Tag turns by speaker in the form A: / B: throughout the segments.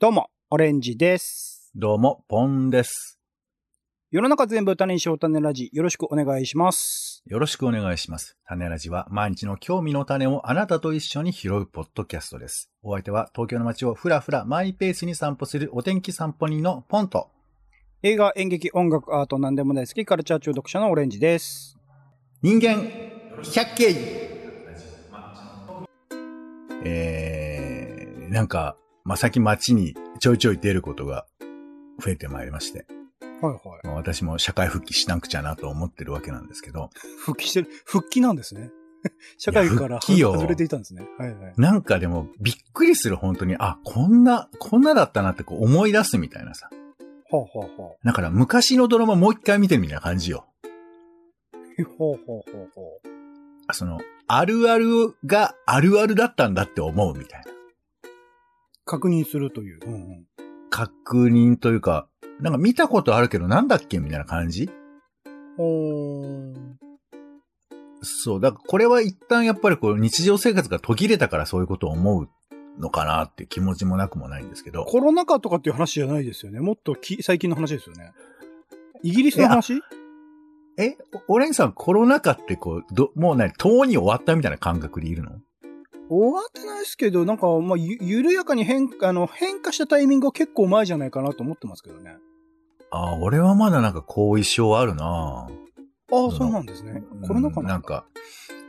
A: どうも、オレンジです。
B: どうも、ポンです。
A: 世の中全部歌にしよう種ラジ、よろしくお願いします。
B: よろしくお願いします。種ラジは毎日の興味の種をあなたと一緒に拾うポッドキャストです。お相手は東京の街をふらふらマイペースに散歩するお天気散歩人のポンと。
A: 映画、演劇、音楽、アート、何でも大好き、カルチャー中毒者のオレンジです。
B: 人間百景えー、なんか、まあ、最近街にちょいちょい出ることが増えてまいりまして、
A: はいはい。
B: まあ、私も社会復帰しなくちゃなと思ってるわけなんですけど、
A: 復帰してる、復帰なんですね。 社会から
B: 復帰よ
A: 外れていたんですね。はいはい。
B: なんかでもびっくりする本当に、あ、こんな、こんなだったなってこう思い出すみたいなさ。
A: ほうほうほ
B: だから昔のドラマもう一回見てるみたいな感じよ。
A: う。ほうほうほうほう。
B: その、あるあるがあるあるだったんだって思うみたいな。
A: 確認するという。うんうん。
B: 確認というか、なんか見たことあるけどなんだっけみたいな感じ
A: ほーん。
B: そう。だからこれは一旦やっぱりこう日常生活が途切れたからそういうことを思うのかなって気持ちもなくもないんですけど。
A: コロナ禍とかっていう話じゃないですよね。もっとき最近の話ですよね。イギリスの話
B: え、オレンジさんコロナ禍ってこう、ど、もう何、とうに終わったみたいな感覚でいるの
A: 終わってないですけど、なんか、まあ、ゆ緩やかに変化、あの、変化したタイミングは結構前じゃないかなと思ってますけどね。
B: ああ、俺はまだなんか後遺症あるな
A: ああ、そうなんですね。コロナ禍
B: うんなん。か、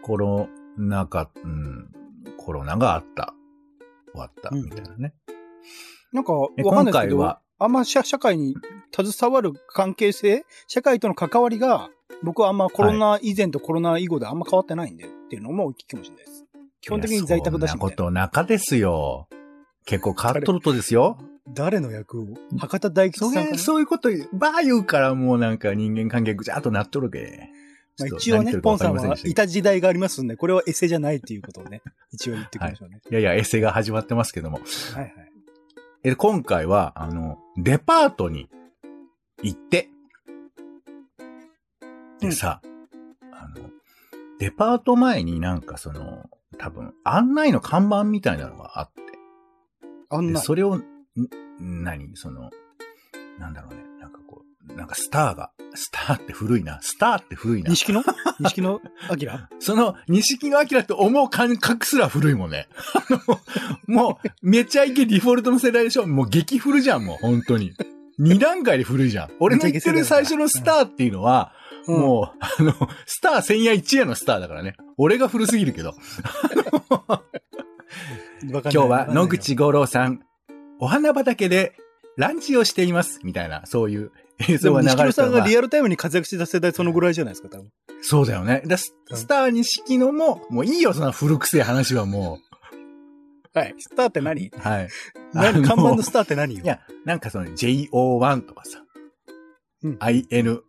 B: コロナ禍、うん、コロナがあった。終わった、
A: うん
B: みたいなね。
A: なんか、わ
B: え
A: かんないですけ
B: 今回
A: ど
B: は、
A: あんま社社会に携わる関係性、社会との関わりが、僕はあんまコロナ以前とコロナ以後であんま変わってないんで、っていうのも大きいかもしれないです。基本的に在宅だし
B: いや
A: み
B: そ
A: た
B: んな
A: な。
B: いこと中ですよ。結構カットルトですよ。
A: 誰の役を博多大吉さ
B: そ
A: んかな
B: れ、そういうこと、ばあ言うからもうなんか人間関係ぐちゃっとなっとるけ。
A: まあ、
B: ちょっと
A: 一応
B: 何言っ
A: ね、
B: てるか
A: ポン
B: わか
A: さ
B: り
A: ん
B: ません
A: は
B: でした
A: いた時代がありますんで、これはエセじゃないっていうことをね、一応言っておきましょうね。
B: いやいや、エセが始まってますけども。
A: はいはい。
B: え、今回は、あの、デパートに行って、でさ、あの、デパート前になんかその、多分、案内の看板みたいなのがあって、
A: あん
B: で
A: な。
B: それを、ん何その、なんだろうね、なんかこう、なんかスターが、スターって古いな、スターって古いな。
A: 錦野錦野明
B: その、錦野明って思う感覚すら古いもんね。 あの、もう、めちゃイケディフォルトの世代でしょもう激古じゃん、もう、本当に。二段階で古いじゃん。俺の言ってる最初のスターっていうのは、
A: うん
B: もう、あの、スター千夜一夜のスターだからね。俺が古すぎるけど。
A: 今
B: 今日は野口五郎さん、お花畑でランチをしています。みたいな、そういう映
A: で
B: 像
A: も
B: が流れ
A: 西
B: て
A: 野さん
B: の
A: が
B: は
A: リアルタイムに活躍してた世代そのぐらいじゃないですか、多分。
B: そうだよね。だス
A: うん
B: スター錦野も、もういいよ、その古くせえ話はも
A: はい。スターって何
B: う。はい。
A: 何
B: あ
A: 看板
B: の
A: のスターって何よ
B: いや、なんかその JO1 とかさ、
A: うん
B: IN、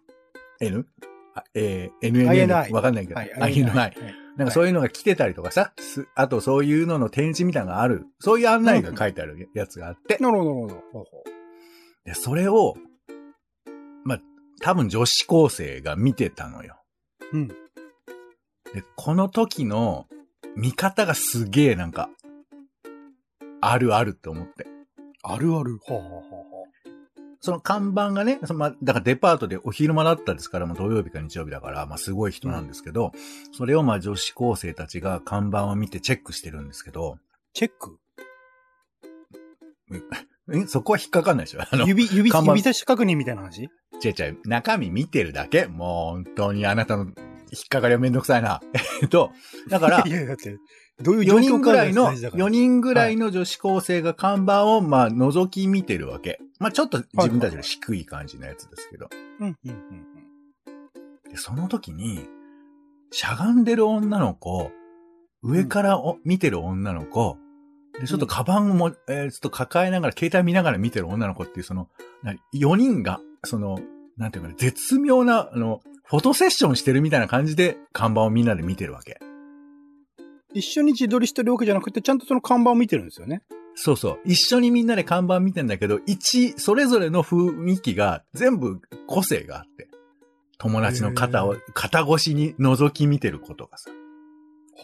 B: N? あえー、NNN?
A: INI
B: わかんないけど、
A: はい
B: INI。
A: はい
B: なんかそういうのが来てたりとかさ、すあとそういうのの展示みたいなのがある、そういう案内が書いてあるやつがあって、
A: なるほど、なるほど。
B: でそれを、まあ、多分女子高生が見てたのよ。
A: うん。
B: で、この時の見方がすげえなんか、あるあるって思って。
A: あるある。はあ、はあは
B: その看板がね、そのまあ、だからデパートでお昼間だったですから、まあ、土曜日か日曜日だから、まあ、すごい人なんですけど、それをまあ、女子高生たちが看板を見てチェックしてるんですけど、
A: チェック
B: えそこは引っかかんないでしょ あの、違う
A: 指、指、
B: 看板
A: 指差し確認みたいな話
B: 違う、中身見てるだけもう、本当にあなたの引っかかりはめんどくさいな。えっと、だから
A: い、やいや、だって、どういう状
B: 4
A: 況
B: 人ぐらいの、4
A: 4
B: 人ぐらいの女子高生が看板を、まあ、覗き見てるわけ。まあ、ちょっと自分たちの低い感じのやつですけど。
A: うん、うん、うん。
B: で、その時に、しゃがんでる女の子、上からお、見てる女の子、で、ちょっとカバンも、えーちょっと抱えながら、携帯見ながら見てる女の子っていう、その、な4人が、その、なんていうかな、絶妙な、あの、フォトセッションしてるみたいな感じで、看板をみんなで見てるわけ。
A: 一緒に自撮りしてるわけじゃなくて、ちゃんとその看板を見てるんですよね。
B: そうそう。一緒にみんなで看板見てんだけど、一、それぞれの雰囲気が全部個性があって。友達の肩を
A: へ、
B: 肩越しに覗き見てることがさ。
A: は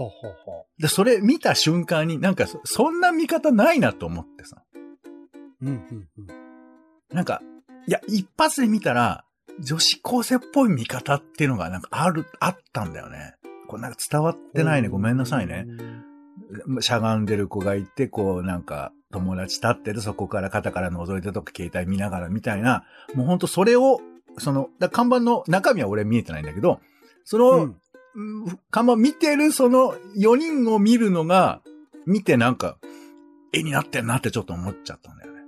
A: あ、はあ、は
B: で、それ見た瞬間になんかそ、そんな見方ないなと思ってさ。
A: あ。うん、うん、うん。
B: なんか、いや、一発で見たら、女子高生っぽい見方っていうのがなんかある、あったんだよね。これなんか伝わってないね。ごめんなさいね。。しゃがんでる子がいて、こうなんか友達立ってて、そこから肩から覗いてとか携帯見ながらみたいな、もうほんとそれを、その、だ看板の中身は俺見えてないんだけど、その、
A: うん。
B: うん看板見てるその4人を見るのが、見てなんか、絵になってんなってちょっと思っちゃったんだよね。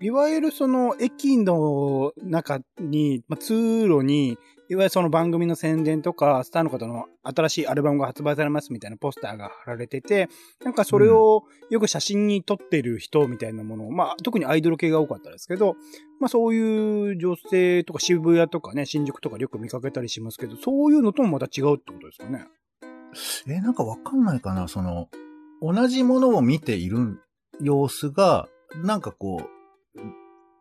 A: いわゆるその駅の中に、まあ、通路に、いわゆるその番組の宣伝とか、スターの方の新しいアルバムが発売されますみたいなポスターが貼られてて、なんかそれをよく写真に撮ってる人みたいなものを、まあ特にアイドル系が多かったですけど、まあそういう女性とか渋谷とかね、新宿とかでよく見かけたりしますけど、そういうのともまた違うってことですかね。
B: えーなんかわかんないかなその、同じものを見ている様子が、なんかこう、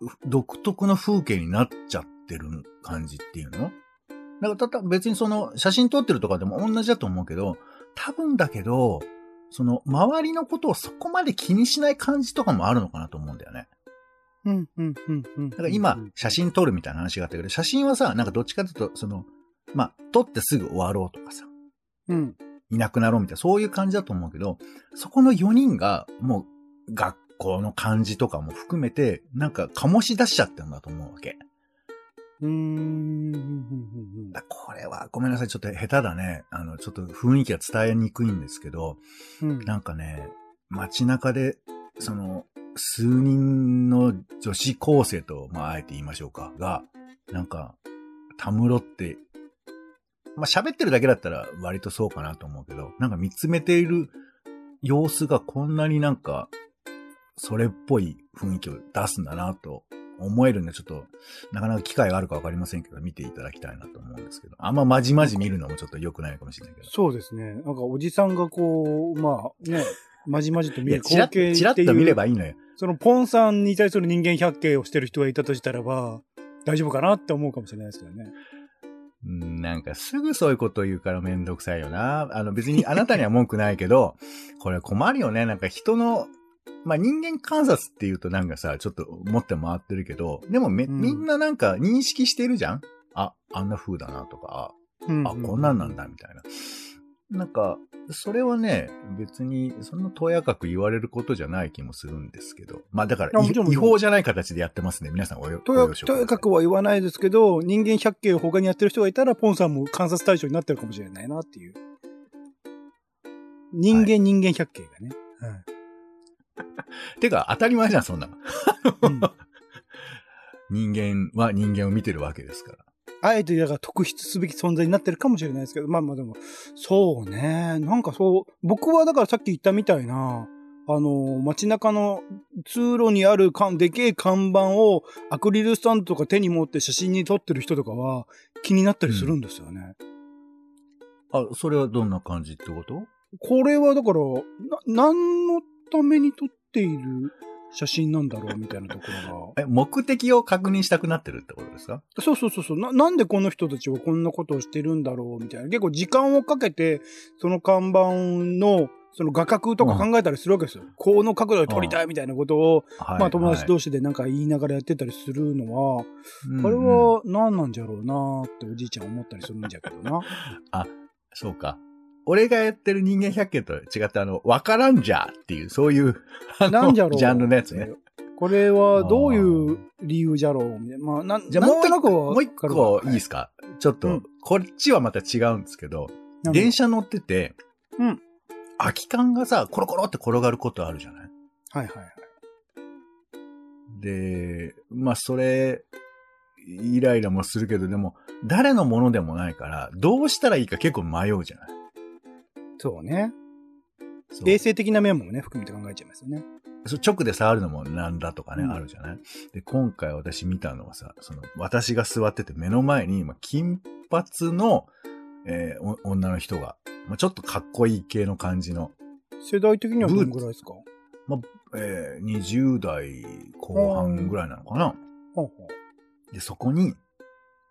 B: う独特の風景になっちゃってる感じっていうのなんかたた別にその写真撮ってるとかでも同じだと思うけど、多分だけど、その周りのことをそこまで気にしない感じとかもあるのかなと思うんだよね。
A: うん、うん、うん、うん。だ
B: だから今、写真撮るみたいな話があったけど、写真はさ、なんかどっちかというと、その、まあ、撮ってすぐ終わろうとかさ、
A: うん、
B: いなくなろうみたいな、そういう感じだと思うけど、そこの4人が、もう、学校の感じとかも含めて、なんか醸し出しちゃってるんだと思うわけ。
A: うん、うん、うん、うん。
B: だこれは、ごめんなさい、ちょっと下手だね。あの、ちょっと雰囲気が伝えにくいんですけど、
A: うん
B: なんかね、街中で、その、数人の女子高生と、まあ、あえて言いましょうか、が、なんか、たむろって、まあ、喋ってるだけだったら割とそうかなと思うけど、なんか見つめている様子がこんなになんか、それっぽい雰囲気を出すんだなと思えるんで、ちょっと、なかなか機会があるかわかりませんけど、見ていただきたいなと思うんですけど、あんままじまじ見るのもちょっと良くないかもしれないけど。
A: そうですね。なんかおじさんがこう、まあ ね、まじまじと見
B: いや、
A: る
B: チラ
A: 光
B: ッ
A: 景
B: と、チラ
A: って
B: ッ
A: い
B: と見れ
A: う、
B: ばいいのよ。
A: そのポンさんに対する人間百景をしてる人がいたとしたらば、大丈夫かなって思うかもしれないですけどね。
B: うんなんかすぐそういうこと言うからめんどくさいよな。あの別にあなたには文句ないけど、 これ困るよね。なんか人の、まあ、人間観察っていうとなんかさ、ちょっと持って回ってるけど、でもめ、
A: うん
B: みんななんか認識してるじゃんあ、あんな風だなとか、
A: うん
B: あ、あこんなんなんだみたいな。なんか、それはね、別にそんなとやかく言われることじゃない気もするんですけど。まあだから
A: あも
B: い
A: ちろんも
B: 違
A: ちろん
B: 法じゃない形でやってますね。皆さんおよ
A: とや
B: ご了承
A: とやかくは言わないですけど、人間百景を他にやってる人がいたら、ポンさんも観察対象になってるかもしれないなっていう。人間、人間百景がね。 はい
B: てか当たり前じゃん、そんなの。
A: うん
B: 人間は人間を見てるわけですから。
A: あえて、だから特筆すべき存在になってるかもしれないですけど、まあまあでも、そうね。なんかそう、僕はだからさっき言ったみたいな、あの、街中の通路にあるかんでけえ看板をアクリルスタンドとか手に持って写真に撮ってる人とかは気になったりするんですよね。
B: あ、それはどんな感じってこと
A: これはだから、な、何のために撮っている写真なんだろうみたいなところが。
B: え、目的を確認したくなってるってことですか
A: そうそうそうそうな。なんでこの人たちはこんなことをしてるんだろうみたいな。結構時間をかけて、その看板の、その画角とか考えたりするわけですよ。この角度で撮りたいみたいなことを、
B: は
A: まあ友達同士でなんか言いながらやってたりするのは、
B: うん
A: あれは何なんじゃろうなーっておじいちゃん思ったりするんじゃけど な。
B: そうか。俺がやってる人間百景と違って、あの、わからんじゃっていう、そういう、あの
A: なんじゃろう
B: ジャンルのやつね。。
A: これはどういう理由じゃろうみたいな。まあ、なん
B: じゃあ
A: な
B: もうん
A: と
B: 一
A: なく
B: 個、
A: は
B: もう一個いいです
A: か
B: か、ちょっと、
A: うん
B: こっちはまた違うんですけど、
A: はい
B: 電車乗ってて、
A: うん。
B: 空き缶がさ、コロコロって転がることあるじゃない
A: はいはいはい。
B: で、まあ、それ、イライラもするけど、でも、誰のものでもないから、どうしたらいいか結構迷うじゃない
A: そうね。
B: そう
A: 冷静的な面もね、含めて考えちゃいますよね。
B: そう直で触るのもなんだとかね、
A: うん
B: あるじゃないで、今回私見たのはさ、その、私が座ってて目の前に、まあ、金髪の、えーお女の人が、まあ、ちょっとかっこいい系の感じの、
A: 世代的にはどのぐらいですか
B: えー20代後半ぐらいなのかな、
A: ほうほ
B: で、そこに、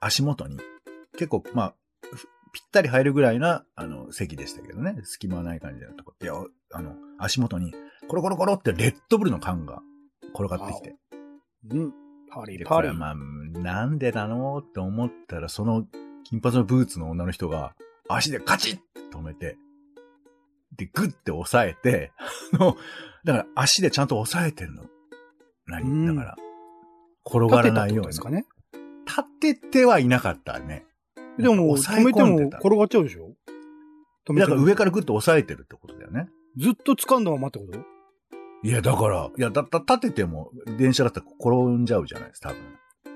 B: 足元に、結構、まあ、ふぴったり入るぐらいな、あの、席でしたけどね。隙間はない感じのとこ。いや、あの、足元に、コロコロコロってレッドブルの缶が転がってきて。
A: うん。パリ
B: で、
A: パ
B: こ
A: リ
B: れ。はまあ、なんでなのって思ったら、その金髪のブーツの女の人が、足でカチッって止めて、で、グッて押さえて、あの、だから足でちゃんと押さえてるの。
A: う
B: 何
A: ん
B: だから、転が
A: 立て
B: ら
A: たっ
B: な
A: て
B: い
A: こと
B: ように。
A: です
B: 立
A: かね。
B: ててはいなかったね。
A: でも、
B: 押さ
A: 止
B: え
A: めて
B: 込んで
A: も
B: た
A: 転がっちゃうでしょ止め
B: だ
A: ても
B: から上からグッと押さえてるってことだよね。
A: ずっと掴んだままってこと
B: いや、だから、いや、だ、だ、立てても、電車だったら転んじゃうじゃないですか、多分。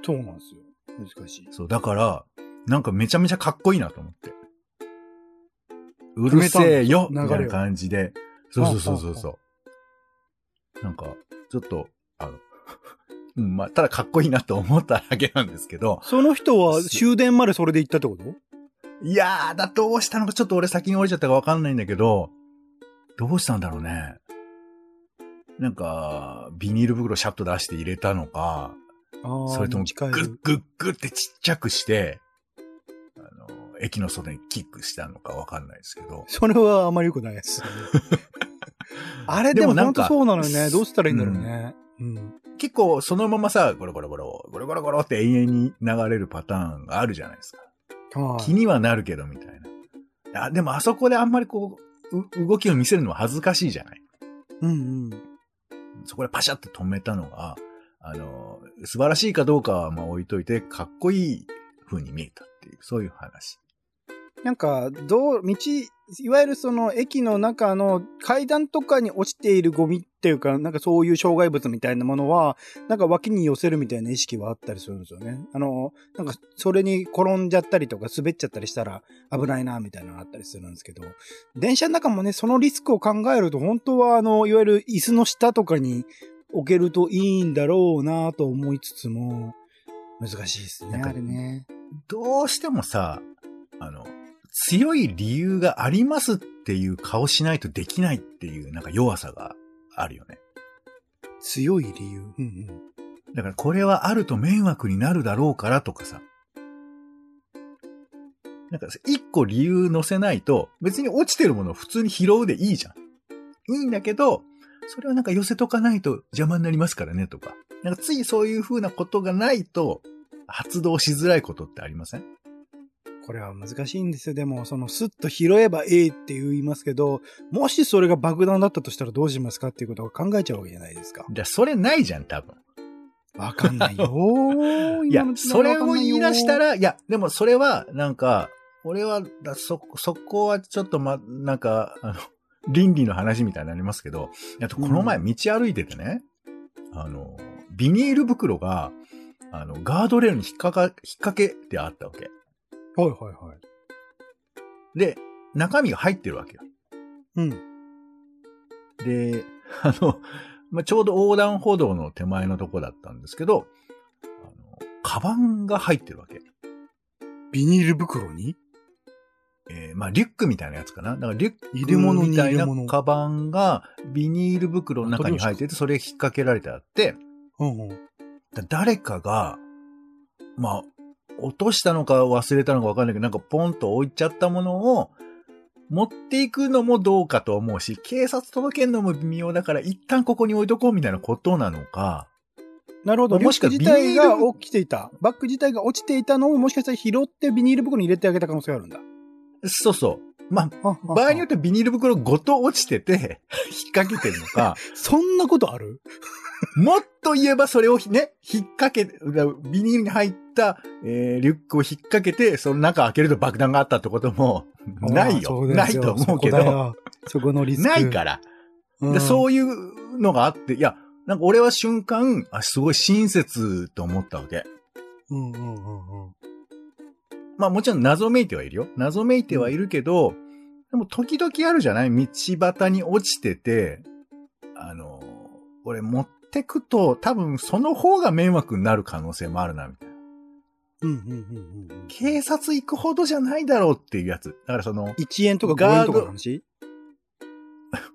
A: そうなんですよ。難しい。
B: そう、だから、なんかめちゃめちゃかっこいいなと思って。う
A: たん
B: る
A: だ
B: せえよ
A: 流れを
B: みたいな感じで。そうそうそうそうそう。なんか、ちょっと、あの、 うん、まあ、ただかっこいいなと思っただけなんですけど、
A: その人は
B: す
A: 終電までそれで行ったってこと
B: いやー、だ、どうしたのか、ちょっと俺先に降りちゃったかわかんないんだけど、どうしたんだろうね。なんか、ビニール袋シャッと出して入れたのか、
A: ああ、
B: それとも、
A: 持ち帰
B: グッ
A: る。
B: グッグッってちっちゃくして、あの、駅の外にキックしたのかわかんないですけど。
A: それはあまり良くない です。あれでも本当そうなのよね。どうしたらいいんだろうね。うん。
B: 結構そのままさ、ゴロゴロゴロ、ゴロゴロゴロって永遠に流れるパターンがあるじゃないですか。
A: はい
B: 気にはなるけど、みたいな。あ、でもあそこであんまりこう、う動きを見せるのは恥ずかしいじゃない
A: うんうん。
B: そこでパシャって止めたのが、あの、素晴らしいかどうかはまあ置いといて、かっこいい風に見えたっていう、そういう話。
A: なんか、どう、道、いわゆるその駅の中の階段とかに落ちているゴミっていうか、なんかそういう障害物みたいなものは、なんか脇に寄せるみたいな意識はあったりするんですよね。あの、なんかそれに転んじゃったりとか滑っちゃったりしたら危ないなみたいなのがあったりするんですけど、電車の中もね、そのリスクを考えると、本当はあの、いわゆる椅子の下とかに置けるといいんだろうなと思いつつも、難しいです
B: な
A: ね、
B: んか
A: あれね。
B: どうしてもさ、あの、強い理由がありますっていう顔しないとできないっていうなんか弱さがあるよね。
A: 強い理由。うんうん。
B: だからこれはあると迷惑になるだろうからとかさ。なんか一個理由載せないと別に落ちてるものを普通に拾うでいいじゃん。いいんだけど、それはなんか寄せとかないと邪魔になりますからねとか。なんかついそういう風なことがないと発動しづらいことってありません
A: これは難しいんですよ。でも、その、スッと拾えばええって言いますけど、もしそれが爆弾だったとしたらどうしますかっていうことを考えちゃうわけじゃないですか。
B: じゃあそれないじゃん多分。
A: わかんないよ。 今
B: いや
A: の、時代
B: そ
A: は
B: れ
A: わか
B: を
A: んないよ
B: 言い出した、ら、いや、でもそれは、なんか、俺は、だそ、そこはちょっとま、なんか、あの、倫理の話みたいになりますけど、あとこの前
A: う
B: 道歩いててね、あの、ビニール袋が、あの、ガードレールに引っかか、引っ掛けてあったわけ。
A: はいはいはい。
B: で、中身が入ってるわけよ。
A: うん。
B: で、あの、まあ、ちょうど横断歩道の手前のとこだったんですけど、あの、カバンが入ってるわけ。
A: ビニール袋に
B: えーまあ、リュックみたいなやつかな。だからリュック
A: 入れ物に
B: みたい
A: 入れ
B: な
A: 物
B: カバンがビニール袋の中に入ってて、それ引っ掛けられてあって、
A: うんうん。
B: だ誰かが、まあ、落としたのか忘れたのかわかんないけど、なんかポンと置いちゃったものを持っていくのもどうかと思うし、警察届けんのも微妙だから、一旦ここに置いとこうみたいなことなのか、
A: なるほど。リュ
B: も
A: ッ
B: し
A: ク
B: くは
A: 自体が
B: ビニー
A: 起きていた。バッグ自体が落ちていたのをもしかしたら拾ってビニール袋に入れてあげた可能性があるんだ。
B: そうそう。まあ、場合によ
A: っ、
B: っててビニール袋ごと落ちてて、 引っ掛けてるのか、
A: そんなことある
B: もっと言えばそれをね、引っ掛け、ビニールに入った、えーリュックを引っ掛けて、その中開けると爆弾があったってこ とも、ないよ。
A: そうで
B: な
A: す
B: いと思うけ
A: そこだ
B: ど、
A: よそこのリスク。
B: ないから、
A: ら
B: で。そういうのがあって、いや、なんか俺は瞬間、あ、すごい親切と思ったわけ。
A: うん。うんうんうんうん。
B: まあもちろん謎めいてはいるよ。謎めいてはいるけど、でも時々あるじゃない道端に落ちてて、あの、俺持ってくと多分その方が迷惑になる可能性もあるな、みたいな。
A: うんうんうんうんうん。
B: 警察行くほどじゃないだろうっていうやつ。だからその、
A: 1円とか5円とかの
B: ガード
A: 話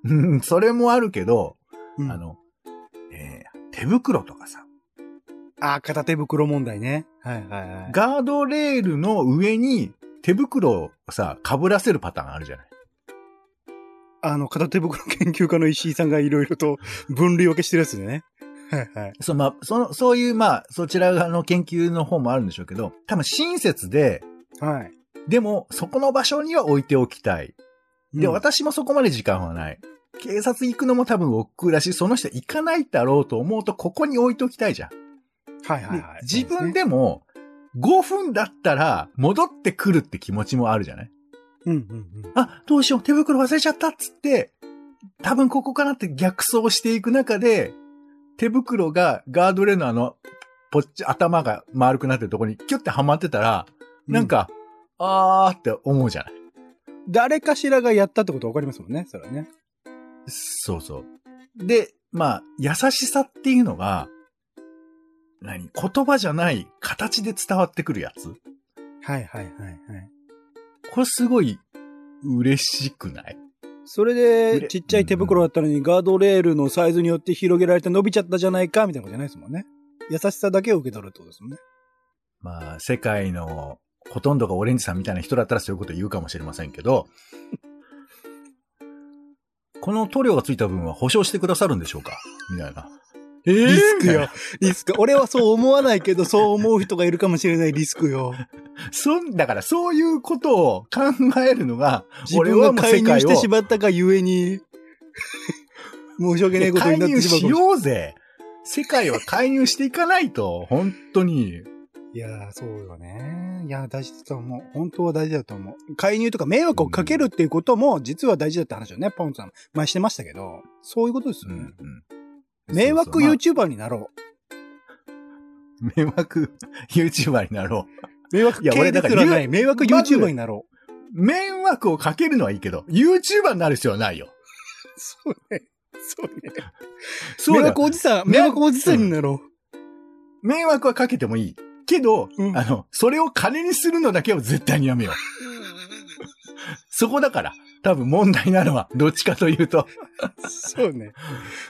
B: うんそれもあるけど、
A: うん
B: あの、えー手袋とかさ、
A: あー、片手袋問題ね。はいはいはい。
B: ガードレールの上に手袋をさ、被らせるパターンあるじゃない。
A: あの、片手袋研究家の石井さんがいろいろと分類分けしてるやつね。はいはい。
B: そう、まあ、その、そういう、まあ、そちら側の研究の方もあるんでしょうけど、多分親切で、
A: はい。
B: でも、そこの場所には置いておきたい。で、
A: うん、
B: 私もそこまで時間はない。警察行くのも多分億劫だし、その人行かないだろうと思うと、ここに置いておきたいじゃん。
A: はいはい
B: で
A: はい。
B: 自分
A: で
B: でも、5分だったら、戻ってくるって気持ちもあるじゃない
A: すね。うんうんうん。
B: あ、どうしよう、手袋忘れちゃったっつって、多分ここかなって逆走していく中で、手袋がガードレールのあの、ぽっち、頭が丸くなってるところにキュッてはまってたら、なんか、あーって思うじゃない。
A: うん、誰かしらがやったってことわかりますもんね、それはね。
B: そうそう。で、まあ、優しさっていうのが、何言葉じゃない形で伝わってくるやつ
A: はいはいはいはい。
B: これすごい嬉しくない
A: それ
B: う
A: で、
B: れ
A: ちっちゃい手袋だったのに、ガードレールのサイズによって広げられて伸びちゃったじゃないか、みたいなことじゃないですもんね。優しさだけを受け取るってことですもんね。
B: まあ、世界のほとんどがオレンジさんみたいな人だったらそういうこと言うかもしれませんけど、この塗料がついた分は保証してくださるんでしょうかみたいな。
A: え
B: リスクよ。
A: リスク。俺はそう思わないけど、そう思う人がいるかもしれないリスクよ。
B: そん、だからそういうことを考えるのが、
A: 自
B: 俺
A: 分
B: は
A: が
B: もう
A: 介
B: 世
A: 入
B: 界
A: し
B: を
A: てしまったがゆえに、 申し訳ないことになっ
B: 介
A: て
B: 入
A: しまうかも
B: し
A: しれない。
B: ようぜ。世界は介入していかないと、本当に。
A: いやー、そうよね。いやー、大事だと思う。本当は大事だと思う。介入とか迷惑をかけるっていうことも、実は大事だって話をね、ポンさん、前してましたけど、そういうことですよね。迷惑
B: ユー
A: YouTuber になろう。
B: 迷惑 YouTuber になろう。
A: 迷惑
B: いや
A: 系
B: 俺
A: で
B: だ
A: す
B: から
A: らない。迷惑
B: まず
A: YouTuber になろう。
B: 迷惑をかけるのはいいけど、YouTuber になる必要はないよ。
A: そうね。そうね。
B: そう
A: 迷
B: だよ
A: 惑おじさん、
B: ね
A: 迷惑おじさんになろ
B: 迷惑はかけてもいい。けど、
A: うん
B: あの、それを金にするのだけは絶対にやめよう。そこだから、多分問題なのは、どっちかというと。
A: う。そうね。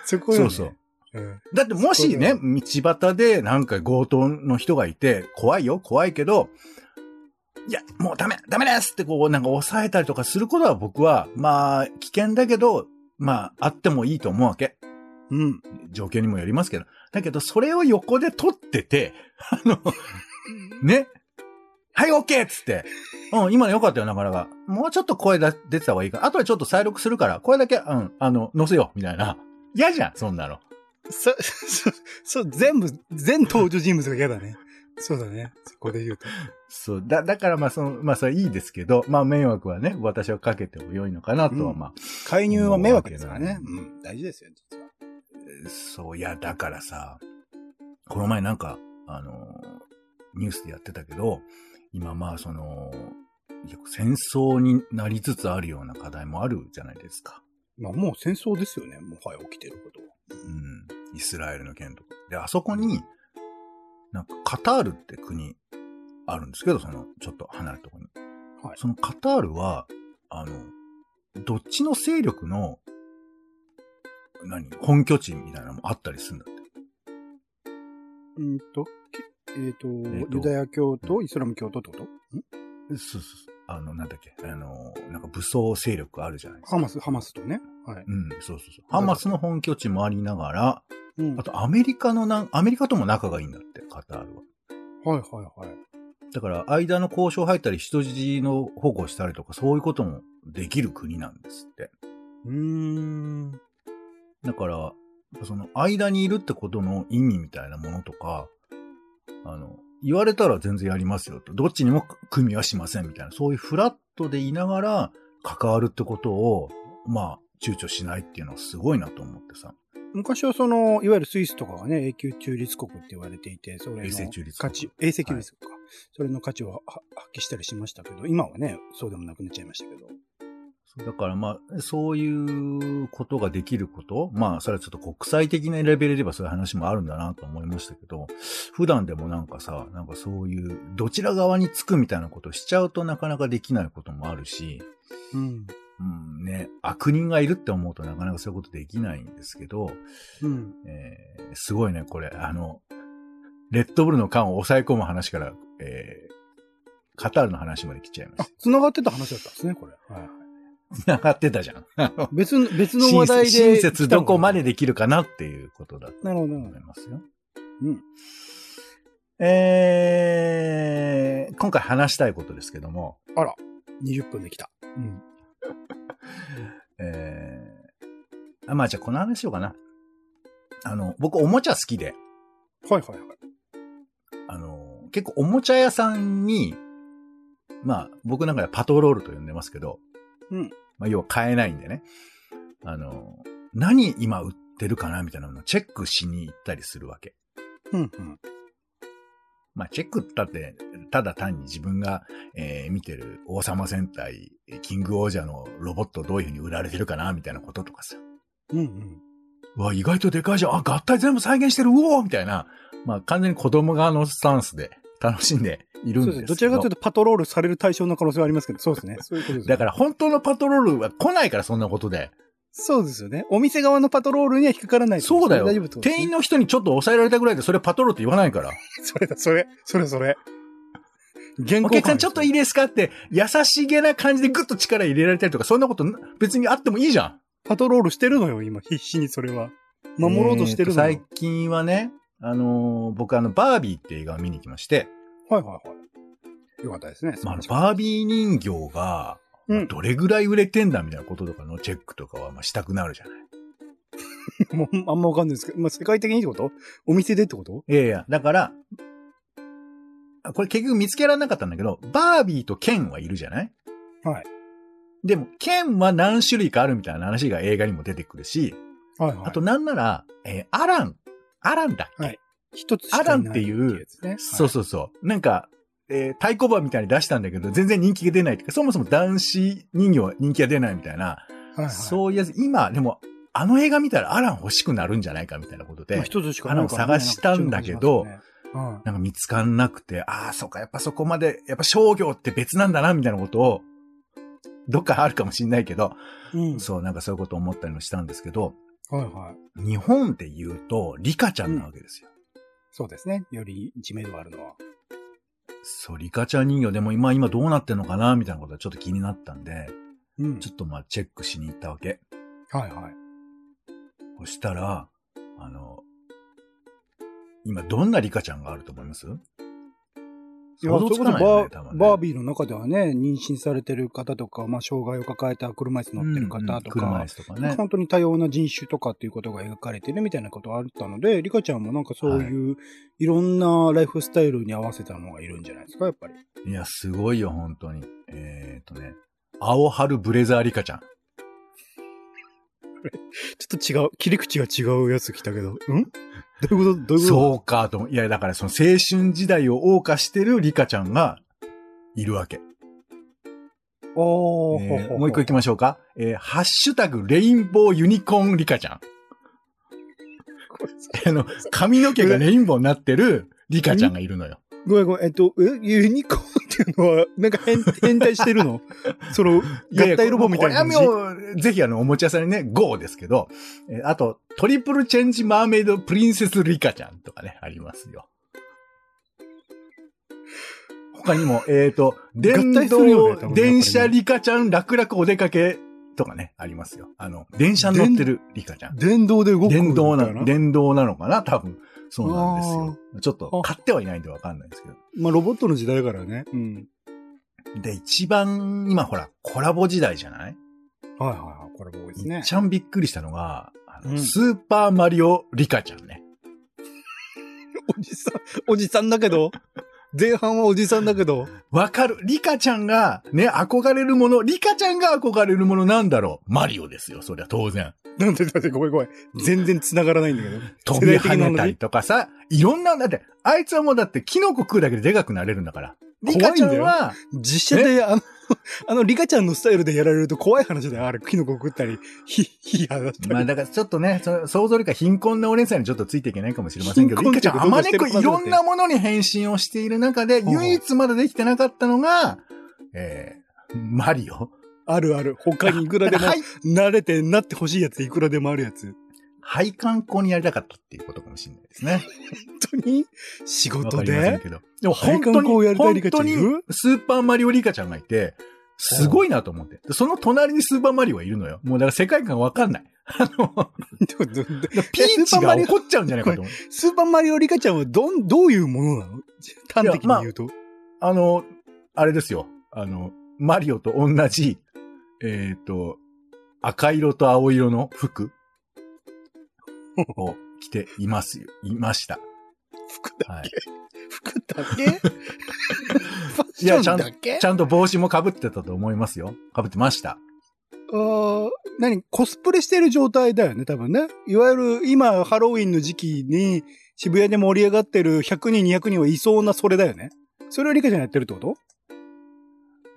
A: そこよ
B: そ
A: ね
B: うそう。。
A: うん
B: だってもしね、
A: そ
B: 道端でなんか強盗の人がいて、怖いよ、怖いけど、いや、もうダメ、ダメですってこう、なんか抑えたりとかすることは僕は、まあ、危険だけど、まあ、あってもいいと思うわけ。
A: うん。
B: 状況にもよりますけど。だけど、それを横で撮ってて、あの、ね。はい、オッケーっつって。うん、今の良かったよ、なかなか。もうちょっと声だ出てた方がいいか。あとでちょっと再録するから、声だけ、うん、あの、載せよう、みたいな。嫌じゃん、そんなの。
A: そ、そ、そう、全部、全登場人物が嫌だね。そうだね。そこで言うと。
B: そう、だ、だからまあ、その、まあ、それいいですけど、まあ、迷惑はね、私はかけても良いのかなとは、
A: うん
B: まあ、
A: 介入は迷惑ですからね。
B: う
A: うん。大事ですよ、実は。
B: そう、いや、だからさ、この前なんか、あのー、ニュースでやってたけど、今まあ、その、いや戦争になりつつあるような課題もあるじゃないですか。
A: まあ、もう戦争ですよね。もはや起きてることは。
B: うん。イスラエルの件とか。で、あそこに、なんかカタールって国あるんですけど、その、ちょっと離れたところに。
A: はい
B: そのカタールは、あの、どっちの勢力の、何本拠地みたいなのもあったりするんだって。
A: うんと、けえっ、と、
B: えーと
A: ユダヤ教とイスラム教とってことん
B: そうそうそう。あの、なんだっけ。あの、なんか武装勢力あるじゃないですか。
A: ハマス、ハマスとね。はい。
B: うん、そうそうそう。ハマスの本拠地もありながら、
A: うん。
B: あ
A: はい
B: とアメリカのなん、アメリカとも仲がいいんだって、カタールは。
A: はいはい。
B: だから、間の交渉入ったり、人質の保護したりとか、そういうこともできる国なんですって。
A: うーん。
B: だから、その、間にいるってことの意味みたいなものとか、あの、言われたら全然やりますよと。どっちにも組みはしませんみたいな、そういうフラットでいながら、関わるってことを、まあ、躊躇しないっていうのはすごいなと思ってさ。
A: 昔はその、いわゆるスイスとかはね、永久中立国って言われていて、それの
B: 永世中立
A: 価
B: 国
A: 値、永世中立国か。それの価値をは発揮したりしましたけど、今はね、そうでもなくなっちゃいましたけど。
B: そうだからまあ、そういうことができること、まあ、それはちょっと国際的なレベルで言えばそういう話もあるんだなと思いましたけど、普段でもなんかさ、なんかそういう、どちら側につくみたいなことをしちゃうとなかなかできないこともあるし、
A: うん。
B: うんね、悪人がいるって思うとなかなかそういうことできないんですけど、
A: うん。
B: えーすごいね、これ、あの、レッドブルの缶を抑え込む話から、えーカタールの話まで来ちゃいま
A: あ
B: し、
A: 繋がってた話だったんですね、これ。はい。
B: 繋がってたじゃん。あの
A: 別の、別の話題で。
B: 親親切どこまでできるかなっていうことだと
A: なるほど。
B: 思いますよ。
A: うん。
B: えー、今回話したいことですけども、
A: 20分できた。うん。
B: えー、あまあじゃあこの話しようかな。あの、僕おもちゃ好きで、
A: はいはいはい。
B: あの、結構おもちゃ屋さんに、まあ僕なんかでパトロールと呼んでますけど、
A: うん。
B: まあ要は買えないんでね、あの、何今売ってるかなみたいなのをチェックしに行ったりするわけ。
A: うんうん。
B: まあ、チェックだって、ただ単に自分が、えー見てる王様戦隊、キングオージャーのロボットどういうふうに売られてるかな、みたいなこととかさ。
A: うんうん。
B: うわ、意外とでかいじゃん。あ、合体全部再現してる。うおーみたいな。まあ、完全に子供側のスタンスで楽しんでいる
A: そ
B: ん
A: うですすね。
B: でけど。
A: どちらかというとパトロールされる対象の可能性はありますけど、そうですね。そういうことです。
B: だから本当のパトロールは来ないから、そんなことで。
A: そうですよね。お店側のパトロールには引っかからないってこ
B: そ
A: と
B: うだよ。
A: 大丈夫ってことです
B: 店員
A: ね
B: の人にちょっと抑えられたぐらいで、それパトロールって言わないから。
A: それだ、それ、それそれ。原
B: お
A: 稿
B: 客さんちょっといいですかって、優しげな感じでグッと力入れられたりとか、そんなことな別にあってもいいじゃん。
A: パトロールしてるのよ、今、必死にそれは。守ろうとしてるの
B: えー
A: よ
B: と。最近はね、あのー僕あの、バービーって映画を見に行きまして、
A: はいはいはい。よかったですね。
B: まあ、あの
A: その
B: バービー人形が、
A: う
B: まあ
A: ん。
B: どれぐらい売れてんだみたいなこととかのチェックとかは、まあ、したくなるじゃない。
A: もう、あんまわかんないですけど、まあ、世界的にってことお店でってこと
B: いやいや、だから、あこれ結局見つけられなかったんだけど、バービーとケンはいるじゃない
A: はい。
B: でも、ケンは何種類かあるみたいな話が映画にも出てくるし、
A: はいはい。
B: あと、なんなら、えーアラン、アランだっけ、
A: はい一つしかいない
B: アランっていう
A: やつね、
B: そうそうそう。なんか、えー太鼓判みたいに出したんだけど、全然人気が出ないっていうか、そもそも男子人形は人気が出ないみたいな、
A: はいはい。
B: そういうやつ、今、でも、あの映画見たらアラン欲しくなるんじゃないかみたいなことで、
A: まあ一つしかないからね
B: アランを探したんだけど
A: なんか注目しますよね
B: なんか見つかんなくて、ああ、そうか、やっぱそこまで、やっぱ商業って別なんだな、みたいなことを、どっかあるかもしんないけど、
A: うん。うん。
B: そう、なんかそういうこと思ったりもしたんですけど、
A: はいはい。
B: 日本で言うと、リカちゃんなわけですよ。
A: そうですね。より知名度があるのは。
B: そう、リカちゃん人形でも今、今どうなってんのかな、みたいなことはちょっと気になったんで、
A: うん。
B: ちょっとまあチェックしに行ったわけ。
A: はいはい。
B: そしたら、あの、今どんなリカちゃんがあると思います
A: いや、それ
B: 想像
A: こ
B: つ
A: そ
B: か
A: バ
B: ないよね、多
A: ー
B: 分ね
A: バービーの中ではね、妊娠されてる方とか、まあ、障害を抱えた車椅子乗ってる方とか、
B: うんうん車椅子とかね。
A: 本当に多様な人種とかっていうことが描かれてるみたいなことがあったので、リカちゃんもなんかそういう、いろんなライフスタイルに合わせたのがいるんじゃないですか、やっぱり。
B: いや、すごいよ、本当に。えーっとね、青春ブレザーリカちゃん。
A: ちょっと違う、切り口が違うやつ来たけど、んど ういうことどういうこと
B: そうかと思う。いや、だからその青春時代を謳歌してるリカちゃんがいるわけ。
A: おー、
B: えー
A: ほほ
B: もう一個行きましょうか。えーハッシュタグレインボーユニコーンリカちゃん。あの、髪の毛がレインボーになってるリカちゃんがいるのよ。
A: ごめんごめん、えっと、え、ユニコーンっていうのは、なんか変、変態してるの その、合体ロボみたいな感じ
B: これはもう、ぜひあの、おもちゃ屋さんにね、GO ですけど、えーあと、トリプルチェンジマーメイドプリンセスリカちゃんとかね、ありますよ。他にも、えっ、と、電
A: 体するよね多
B: 動、
A: 分ね
B: 電車リカちゃん楽々お出かけとかね、ありますよ。あの、電車に乗ってるリカちゃん。
A: 電動で動く
B: 電
A: みたい
B: 動
A: な。
B: な、電動なのかな多分。そうなんですよ。ちょっと
A: あ
B: 買ってはいないんでわかんないですけど。
A: まあ、ロボットの時代だからね。うん。
B: で、一番、今ほら、コラボ時代じゃない
A: はいはいはい。これも多いです
B: め
A: ね
B: っ。ちゃんびっくりしたのが、あの
A: うん
B: スーパーマリオリカちゃんね。
A: おじさん、おじさんだけど、 前半はおじさんだけど、
B: わかる。リカちゃんがね、憧れるもの、リカちゃんが憧れるものなんだろう。マリオですよ、そりゃ当然。
A: なんで、なんで、ごめんごめん。全然繋がらないんだけど。
B: 飛び跳
A: な
B: ね
A: の
B: たりとかさ、いろんな、だって、あいつはもうだってキノコ食うだけででかくなれるんだから。リカちゃんは、
A: 実写で、あの、 あの、リカちゃんのスタイルでやられると怖い話だよ。あれ、キノコ食ったり、ひ、ひやだったり。
B: まあだからちょっとね、そ想像力が貧困なオレンさんにちょっとついていけないかもしれませんけど、リ
A: 貧困
B: カ
A: っ
B: ち
A: て
B: ゃん
A: ど
B: あ
A: うか
B: ま
A: し
B: ね
A: てる
B: くいろんなものに変身をしている中で、
A: ほうほう
B: 唯一まだできてなかったのが、えー、マリオ。
A: あるある。他にいくらでも
B: だから、はい
A: 慣れて、なってほしいやつ、いくらでもあるやつ。
B: 配管工にやりたかったっていうことかもしれないですね。
A: 本当に仕
B: わ
A: 事
B: かりません
A: で
B: けど。でも本当
A: 配管工をや
B: に、
A: りたい
B: 本
A: リカち
B: 当
A: ゃんいる
B: にスーパーマリオリカちゃんがいて、すごいなと思って。でその隣にスーパーマリオはいるのよ。もうだから世界観わかんない。あの、
A: どどど
B: ピー
A: スー
B: チ
A: パーマ
B: が
A: リオ
B: 怒っちゃうんじゃないかと思う。
A: スーパーマリオリカちゃんはどん、どういうものなの端的に言うと。
B: あの、あれですよ。あの、マリオと同じ、えっ、と、赤色と青色の服を着ていますよ。いました。
A: 服
B: は
A: だ
B: い
A: け、服だけ ファッシ
B: いやち
A: ョ
B: ゃ
A: ン
B: ん
A: だけ
B: ちゃんと帽子も被ってたと思いますよ。被ってました。
A: あー何コスプレしてる状態だよね、多分ね。いわゆる今、ハロウィンの時期に渋谷で盛り上がってる100人、200人はいそうなそれだよね。それをリカちゃんやってるってこと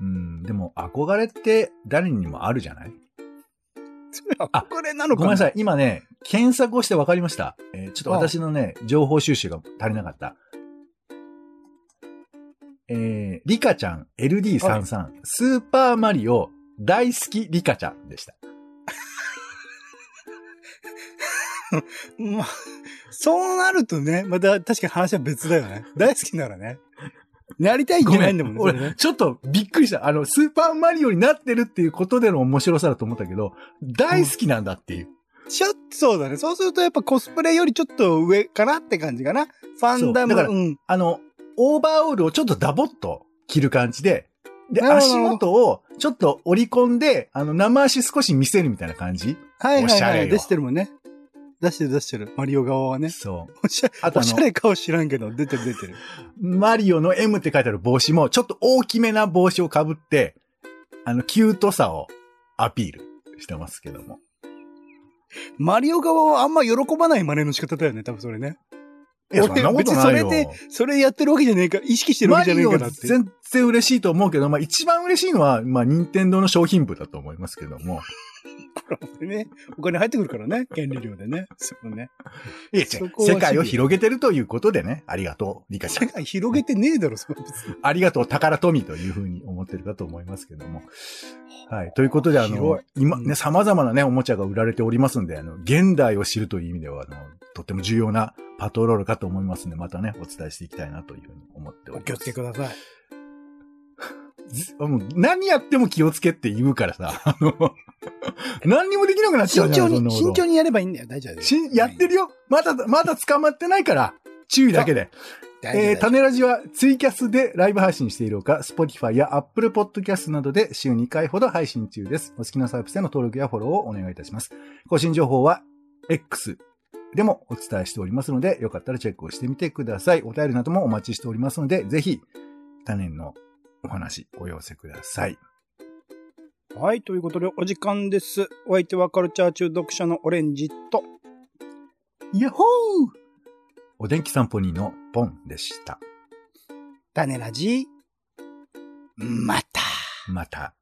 B: うん、でも憧れって誰にもあるじゃない
A: それ憧れなの
B: ご
A: か
B: めんなさ
A: い。
B: い。今ね、検索をして分かりました。えーちょっと私のね、情報収集が足りなかった。えー、リカちゃん LD33、スーパーマリオ大好きリカちゃんでした。
A: まあ、そうなるとね、また確かに話は別だよね。大好きならね。なりたいんじゃないんだもんね。それ
B: 俺、
A: ね
B: ちょっとびっくりした。あの、スーパーマリオになってるっていうことでの面白さだと思ったけど、大好きなんだっていう。
A: ちょっとそうだね。そうするとやっぱコスプレよりちょっと上かなって感じかな。ファンダム。
B: そうだから
A: ん。
B: あの、オーバーオールをちょっとダボっと着る感じで、で、
A: なるほど
B: 足元をちょっと折り込んで、あの、生足少し見せるみたいな感じ。
A: はい
B: お
A: は
B: し
A: い
B: ゃ
A: は
B: れ
A: い。
B: よ
A: 出してるもんね。出してる出してる。マリオ側はね。
B: そう。
A: おしゃ
B: あと
A: お
B: あ
A: しゃれ
B: の、
A: 顔知らんけど、出てる出てる。
B: マリオの M って書いてある帽子も、ちょっと大きめな帽子をかぶって、あの、キュートさをアピールしてますけども。
A: マリオ側はあんま喜ばない真似の仕方だよね、多分それね。
B: いや、そん
A: 俺
B: なことない
A: 別に
B: よ。
A: それで、それやってるわけじゃねえか、意識してるわ
B: マ
A: けじゃね
B: リ
A: えか
B: オ
A: なって。
B: 全然嬉しいと思うけど、まあ一番嬉しいのは、まあ任天堂の商品部だと思いますけども。
A: ね、 お金入ってくるからね、権利料でね。そうね。
B: いや、違
A: そうこは
B: 世界を広げてるということでね、ありがとう、リカちゃ
A: 世
B: ん。
A: 界広げてねえだろ、その別に。
B: ありがとう、宝富というふうに思ってるかと思いますけども。はい。ということで、あの
A: 広、
B: 今
A: う
B: ね、
A: ん
B: 様々なね、おもちゃが売られておりますんで、あの、現代を知るという意味では、あの、とっても重要なパトロールかと思いますんで、またね、お伝えしていきたいなというふうに思ってお
A: お
B: り
A: 気
B: ま
A: をつけ
B: す。
A: ください。
B: ずもう何やっても気をつけって言うからさ、あの、 何にもできなくなっちゃ
A: 慎
B: うじゃ
A: 重
B: ん、そんな
A: に、
B: こと
A: 慎重にやればいいんだよ、大丈夫。
B: しやってるよまだ、まだ捕まってないから、注意だけで。
A: 大丈夫。
B: え
A: 大
B: ー、
A: 丈
B: 種ラジはツイキャスでライブ配信しているほか、Spotify や Apple Podcast などで週2回ほど配信中です。お好きなサービスへの登録やフォローをお願いいたします。更新情報は X でもお伝えしておりますので、よかったらチェックをしてみてください。お便りなどもお待ちしておりますので、ぜひ、種のお話お寄せください。
A: 夫はい、ということでお時間です。お相手はカルチャー中毒者のオレンジと、
B: やっほーお天気散歩にのポンでした。
A: 種ラジ、また。
B: また。